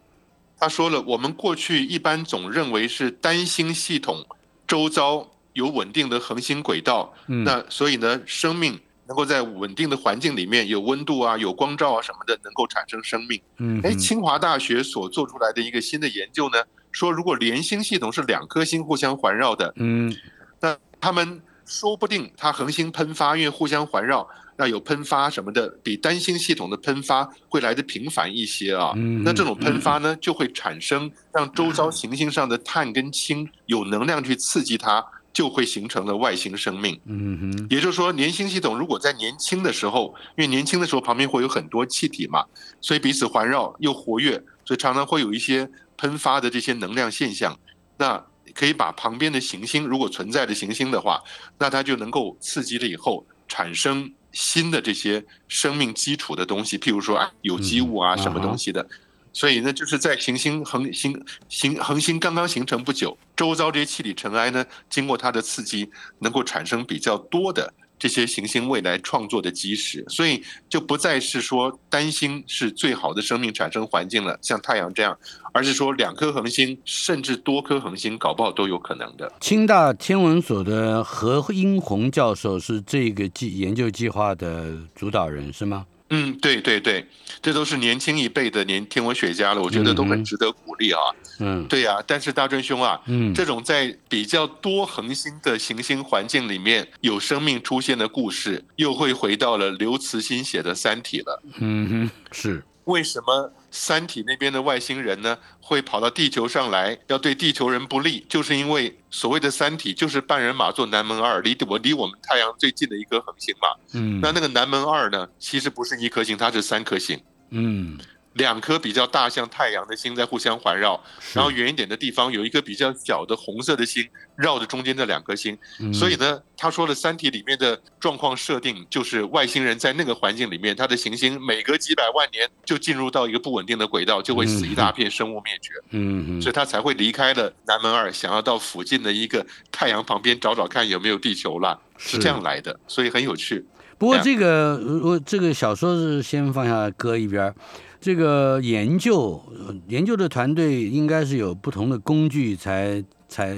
C: 他说了，我们过去一般总认为是单星系统周遭有稳定的恒星轨道，
B: 嗯，
C: 那所以呢，生命能够在稳定的环境里面有温度啊、有光照啊什么的，能够产生生命。
B: 嗯，
C: 哎，清华大学所做出来的一个新的研究呢，说如果连星系统是两颗星互相环绕的，
B: 嗯
C: 那他们说不定它恒星喷发，因为互相环绕，那有喷发什么的，比单星系统的喷发会来的频繁一些啊。
B: 嗯
C: 那这种喷发呢，就会产生让周遭行星上的碳跟氢有能量去刺激它，就会形成了外星生命。
B: 嗯哼，
C: 也就是说，年星系统如果在年轻的时候，因为年轻的时候旁边会有很多气体嘛，所以彼此环绕又活跃，所以常常会有一些喷发的这些能量现象。那可以把旁边的行星，如果存在的行星的话，那它就能够刺激了以后产生新的这些生命基础的东西，譬如说啊有机物啊
B: 嗯
C: 什么东西的。所以呢，就是在行星恒星行恒星刚刚形成不久，周遭这些气体尘埃呢，经过它的刺激，能够产生比较多的这些行星未来创作的基石，所以就不再是说单星是最好的生命产生环境了，像太阳这样，而是说两颗恒星甚至多颗恒星搞不好都有可能的。
B: 清大天文所的何英红教授是这个计研究计划的主导人是吗？
C: 嗯，对对对，这都是年轻一辈的年天文学家了，我觉得都
B: 嗯
C: 很
B: 哼
C: 值得鼓励啊。
B: 嗯
C: 对呀、但是大专兄啊，
B: 嗯，
C: 这种在比较多恒星的行星环境里面有生命出现的故事，又会回到了刘慈欣写的《三体》了。
B: 嗯哼是
C: 为什么三体那边的外星人呢会跑到地球上来，要对地球人不利？就是因为所谓的三体就是半人马座南门二，离我离我们太阳最近的一颗恒星嘛。
B: 嗯
C: 那那个南门二呢，其实不是一颗星，它是三颗星，
B: 嗯
C: 两颗比较大像太阳的星在互相环绕，
B: 是
C: 然后远一点的地方有一个比较小的红色的星绕着中间这两颗星。
B: 嗯
C: 所以呢，他说了，《三体》里面的状况设定就是外星人在那个环境里面，它的行星每隔几百万年就进入到一个不稳定的轨道，就会死一大片生物灭绝，
B: 嗯
C: 所以
B: 哼
C: 他才会离开了南门二，想要到附近的一个太阳旁边找找看有没有地球啦，是这样来的，所以很有趣。
B: 不过这个如果这个小说是先放下搁一边儿，这个研究呃研究的团队应该是有不同的工具才才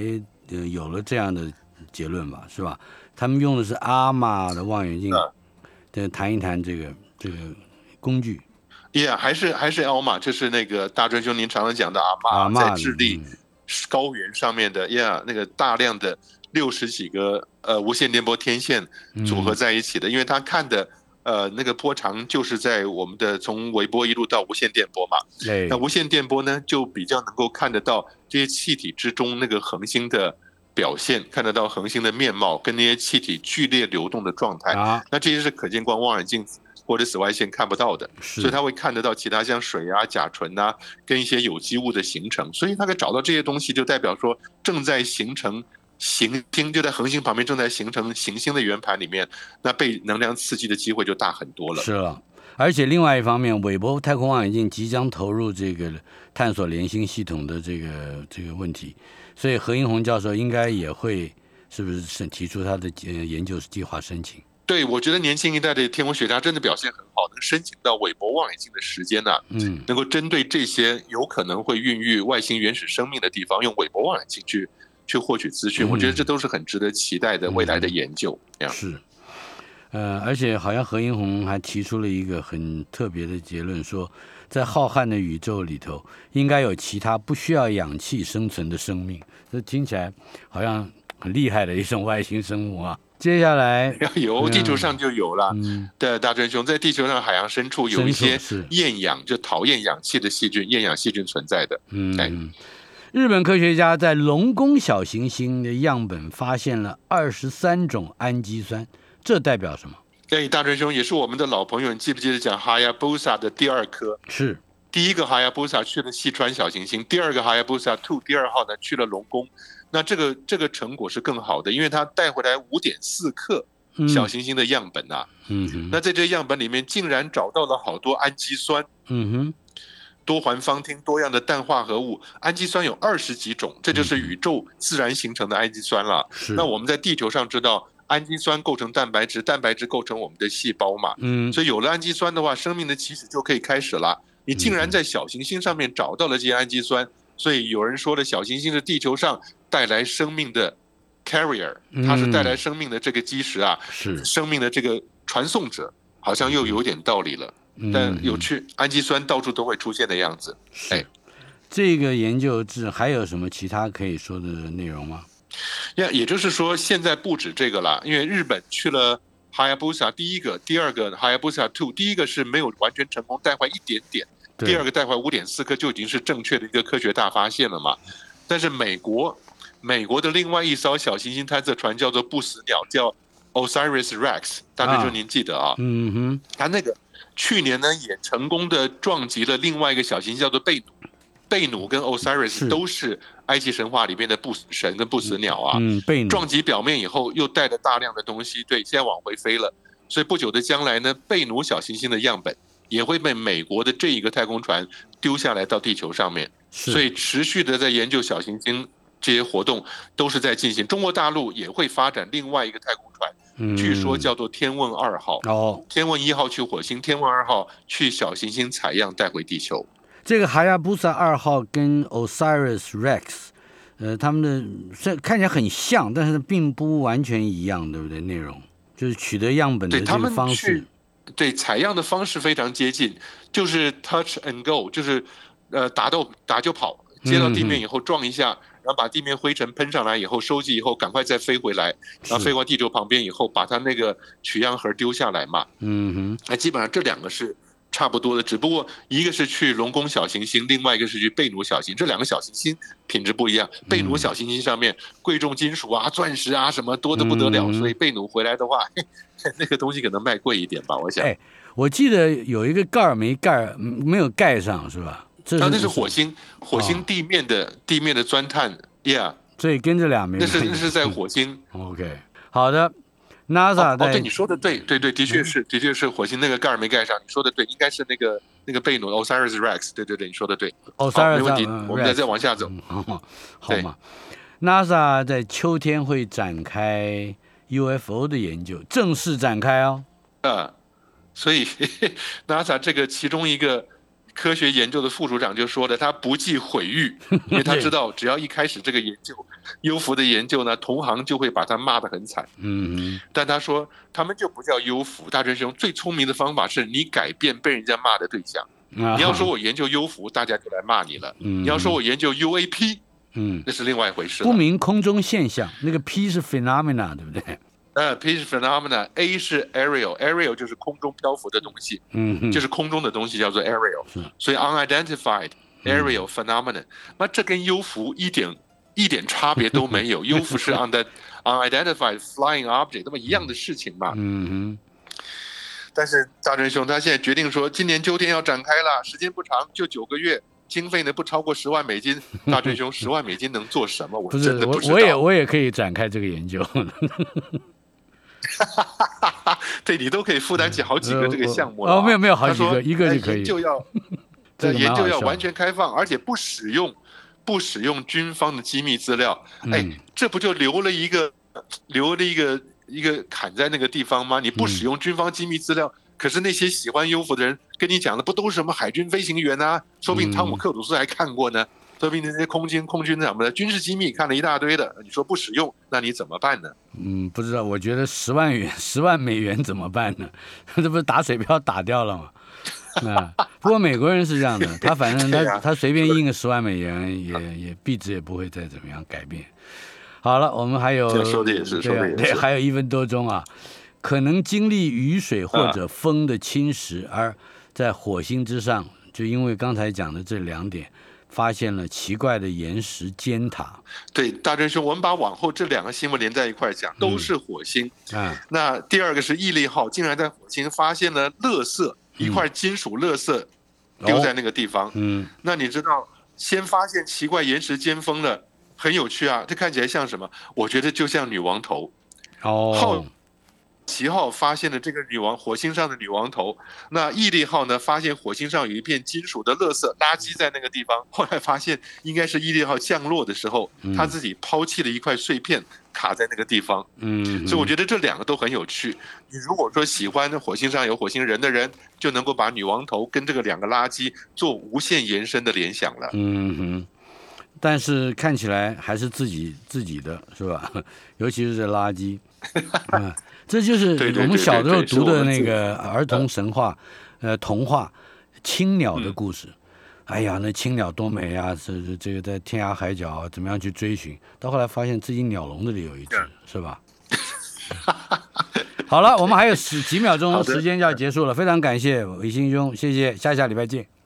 B: 呃有了这样的结论吧，是吧？他们用的是阿玛的望远镜
C: 嗯，
B: 对，谈一谈这个这个工具。
C: 也、还是还是 L 玛，这是那个大专兄您常常讲的阿
B: 阿
C: 妈
B: 玛嗯
C: 在智利。高原上面的呀那个大量的六十几个呃无线电波天线
B: 嗯
C: 组合在一起的，因为他看的呃那个波长就是在我们的从微波一路到无线电波嘛，
B: 对
C: 那，无线电波呢就比较能够看得到这些气体之中那个恒星的表现，看得到恒星的面貌跟那些气体剧烈流动的状态。
B: 啊，
C: 那这些是可见光望远镜或者紫外线看不到的，
B: 是
C: 所以他会看得到其他像水啊、甲醇呐、跟一些有机物的形成。所以他可以找到这些东西，就代表说正在形成行星，就在恒星旁边正在形成行星的圆盘里面，那被能量刺激的机会就大很多了。
B: 是了。而且另外一方面，韦伯太空望远镜即将投入这个探索连星系统的这个这个问题，所以何英红教授应该也会是不是申提出他的呃研究计划申请？
C: 对，我觉得年轻一代的天文学家真的表现很好，能申请到韦伯望远镜的时间呢、
B: 嗯，
C: 能够针对这些有可能会孕育外星原始生命的地方，用韦伯望远镜去去获取资讯，
B: 嗯
C: 我觉得这都是很值得期待的未来的研究。这样，
B: 是。呃，而且好像何英红还提出了一个很特别的结论，说在浩瀚的宇宙里头，应该有其他不需要氧气生存的生命。这听起来好像很厉害的一种外星生物啊。接下来，
C: 有
B: 嗯
C: 地球上就有了。
B: 嗯，
C: 对，大真兄，在地球上海洋深处有一
B: 深
C: 些
B: 处是
C: 厌氧，就讨厌氧气的细菌，厌氧细菌存在的。哎
B: 嗯，日本科学家在龙宫小行星的样本发现了二十三种氨基酸，这代表什么？
C: 哎，大真兄也是我们的老朋友，你记不记得讲哈亚布萨的第二颗？
B: 是，
C: 第一个哈亚布萨去了细川小行星，第二个哈亚布萨 Two 第二号呢去了龙宫。那这个这个成果是更好的，因为它带回来五点四克
B: 嗯
C: 小行星的样本啊。
B: 嗯哼，
C: 那在这样本里面，竟然找到了好多氨基酸、
B: 嗯哼，
C: 多环芳烃多样的氮化合物。氨基酸有二十几种，这就是宇宙自然形成的氨基酸了。
B: 是。
C: 那我们在地球上知道，氨基酸构成蛋白质，蛋白质构成我们的细胞嘛。
B: 嗯，
C: 所以有了氨基酸的话，生命的起始就可以开始了。你竟然在小行星上面找到了这些氨基酸，所以有人说了，小行星是地球上带来生命的 carrier，它
B: 嗯
C: 是带来生命的这个基石啊，
B: 是，
C: 生命的这个传送者，好像又有点道理了。
B: 嗯
C: 但有趣，氨基酸到处都会出现的样子。
B: 是
C: 哎。
B: 这个研究是还有什么其他可以说的内容吗？
C: 也也就是说，现在不止这个了，因为日本去了 Hayabusa 第一个、第二个 Hayabusa Two，第一个是没有完全成功，带坏一点点。
B: 对
C: 第二个带回五点四克就已经是正确的一个科学大发现了嘛。但是美国，美国的另外一艘小行星探测船叫做不死鸟，叫 Osiris Rex，大
B: 啊
C: 家就您记得啊，
B: 嗯哼，
C: 它那个去年呢也成功的撞击了另外一个小行星叫做贝努，贝努跟
B: 是
C: Osiris 都是埃及神话里面的不死神跟不死鸟啊。
B: 嗯，贝努
C: 撞击表面以后，又带着大量的东西，对，现在往回飞了。所以不久的将来呢，贝努小行星的样本也会被美国的这一个太空船丢下来到地球上面。
B: 是，
C: 所以持续的在研究小行星这些活动都是在进行。中国大陆也会发展另外一个太空船，
B: 嗯
C: 据说叫做天问二号。
B: 哦，
C: 天问一号去火星，天问二号去小行星采样带回地球。
B: 这个哈亚布萨二号跟 Osiris Rex，呃，他们的这看起来很像，但是并不完全一样，对不对？内容就是取得样本的
C: 对
B: 这
C: 他
B: 个
C: 们
B: 方
C: 去
B: 式，
C: 对采样的方式非常接近，就是 touch and go，就是呃打到打就跑，接到地
B: 嗯
C: 面以后撞一下，然后把地面灰尘喷上来以后收集以后，赶快再飞回来，然后
B: 是
C: 飞过地球旁边以后，把它那个取样盒丢下来嘛。
B: 嗯
C: 那基本上这两个是差不多的，只不过一个是去龙宫小行星，另外一个是去贝努小行星，这两个小行星品质不一
B: 嗯
C: 样。贝努小行星上面贵重金属啊、钻石啊什么多的不得了，
B: 嗯
C: 所以贝努回来的话， 嘿嘿那个东西可能卖贵一点吧，我想。
B: 哎哼，我记得有一个盖儿没盖儿，嗯没有盖上是吧？这是、
C: 啊，那是火，星，火星地面的、地面的钻探，Yeah，
B: 所以跟这俩没
C: 那是
B: 关
C: 那
B: 系
C: 是在火 星。
B: OK，好的，NASA
C: 哦，
B: 在、
C: 哦嗯对，你嗯说的对，对对，的确是，的确是火星那个盖儿没盖上，你说的对，应该是那个那个贝努 Osiris Rex，对对对，你说的对，好，
B: Osiris 呃
C: 哦没问题
B: Rex，
C: 我们再再往下走。
B: 嗯好嘛好嘛，NASA 在秋天会展开 UFO 的研究，正式展开哦。
C: 啊，所以 NASA 这个其中一个科学研究的副组长就说了，他不计毁誉，因 为他知道只要一开始这个研究，优福的研究呢，同行就会把他骂得很惨。
B: 嗯
C: 但他说他们就不叫优福，大真兄最聪明的方法是你改变被人家骂的对象。
B: 哼，啊
C: 你要说，我研究优福，大家就来骂你了；
B: 你
C: 你要说，我研究 UAP，
B: 嗯，
C: 那是另外一回事
B: 不
C: 了。
B: 明空中现象，那个 P 是 phenomena，对不对？
C: 呃，P 是 phenomena，A 是 aerial，aerial 就是空中漂浮的东西。
B: 嗯哼，
C: 就是是空中的东西叫做 aerial，
B: 是嗯
C: 所以 unidentified aerial phenomenon，、那这跟幽浮一点一点差别都没 有，幽浮是 unde- unidentified flying object，那么一样的事情嘛。
B: 嗯
C: 但是大真兄他现在决定说，今年秋天要展开了，时间不长，就九个月，经费呢不超过十万 美金。大真兄，十万美金能做什么？我
B: 不
C: 真
B: 是
C: 的
B: 我
C: 知道。
B: 我也我也可以展开这个研究，
C: 对你都可以负担起好几个这个项目了啊。
B: 哦，没有没有好几
C: 他说
B: 个，一个就
C: 哎
B: 可以
C: 研。究要
B: 这
C: 在
B: 个
C: 研
B: 蛮好
C: 究要
B: 笑的
C: 完全开放，而且不使用不使用军方的机密资料。哎
B: 嗯，
C: 这不就留了一个留了一个一个坎在那个地方吗？你不使用军方机密资料，可是那些喜欢优浮的人跟你讲的不都是什么海军飞行员啊？说不定汤姆
B: 嗯
C: 克鲁斯还看过呢。说不定那些空军、空军什么的军事机密看了一大堆的，你说不使用，那你怎么办呢？
B: 嗯，不知道，我觉得十万元、 十万美元怎么办呢？ 这不是打水漂打掉了吗？ 啊，不过美国人是这样的，他反正他、
C: 对啊呀
B: 他随便印个十万美元，也也币值也不会再怎么样改变。好了，我们还有
C: 这说得也是
B: 对啊
C: 说得也是
B: 对，还有一分多钟啊，可能经历雨水
C: 嗯
B: 或者风的侵蚀，而在火星之上，就因为刚才讲的这两点，发现了奇怪的岩石尖塔
C: 对，大真兄，我们把往后这两个新闻连在一块儿讲，都是火星。
B: 啊，
C: 那第二个是毅力号，竟然在火星发现了垃圾，一块金属垃圾丢在那个地方。
B: 嗯
C: 那你知道，先发现奇怪岩石尖峰了，很有趣啊！这看起来像什么？我觉得就像女王头。
B: 哦
C: 后，奇号发现了这个女王火星上的女王头，那毅力号呢发现火星上有一片金属的垃圾垃圾在那个地方，后来发现应该是毅力号降落的时候，他自己抛弃了一块碎片卡在那个地方。
B: 嗯，
C: 所以我觉得这两个都很有趣。你如果说喜欢火星上有火星人的人，就能够把女王头跟这个两个垃圾做无限延伸的联想了。
B: 嗯哼，但是看起来还是自己自己的是吧？ 尤其是这垃 圾，啊，这就是
C: 对对
B: 我们
C: 对
B: 小时
C: 对
B: 候
C: 对
B: 读
C: 是我
B: 的
C: 们
B: 那
C: 自己嗯
B: 个儿童神话，呃，童话《青鸟的故事》。哎呀，那青鸟多美啊！这这这个在天涯海角、啊、怎么样去追寻？到后来发现自己鸟笼子里有一只，是吧？ 好了，我们还有十几秒钟
C: 好的
B: 时间就要结束了，非常感谢维新兄，谢谢，下下礼拜见。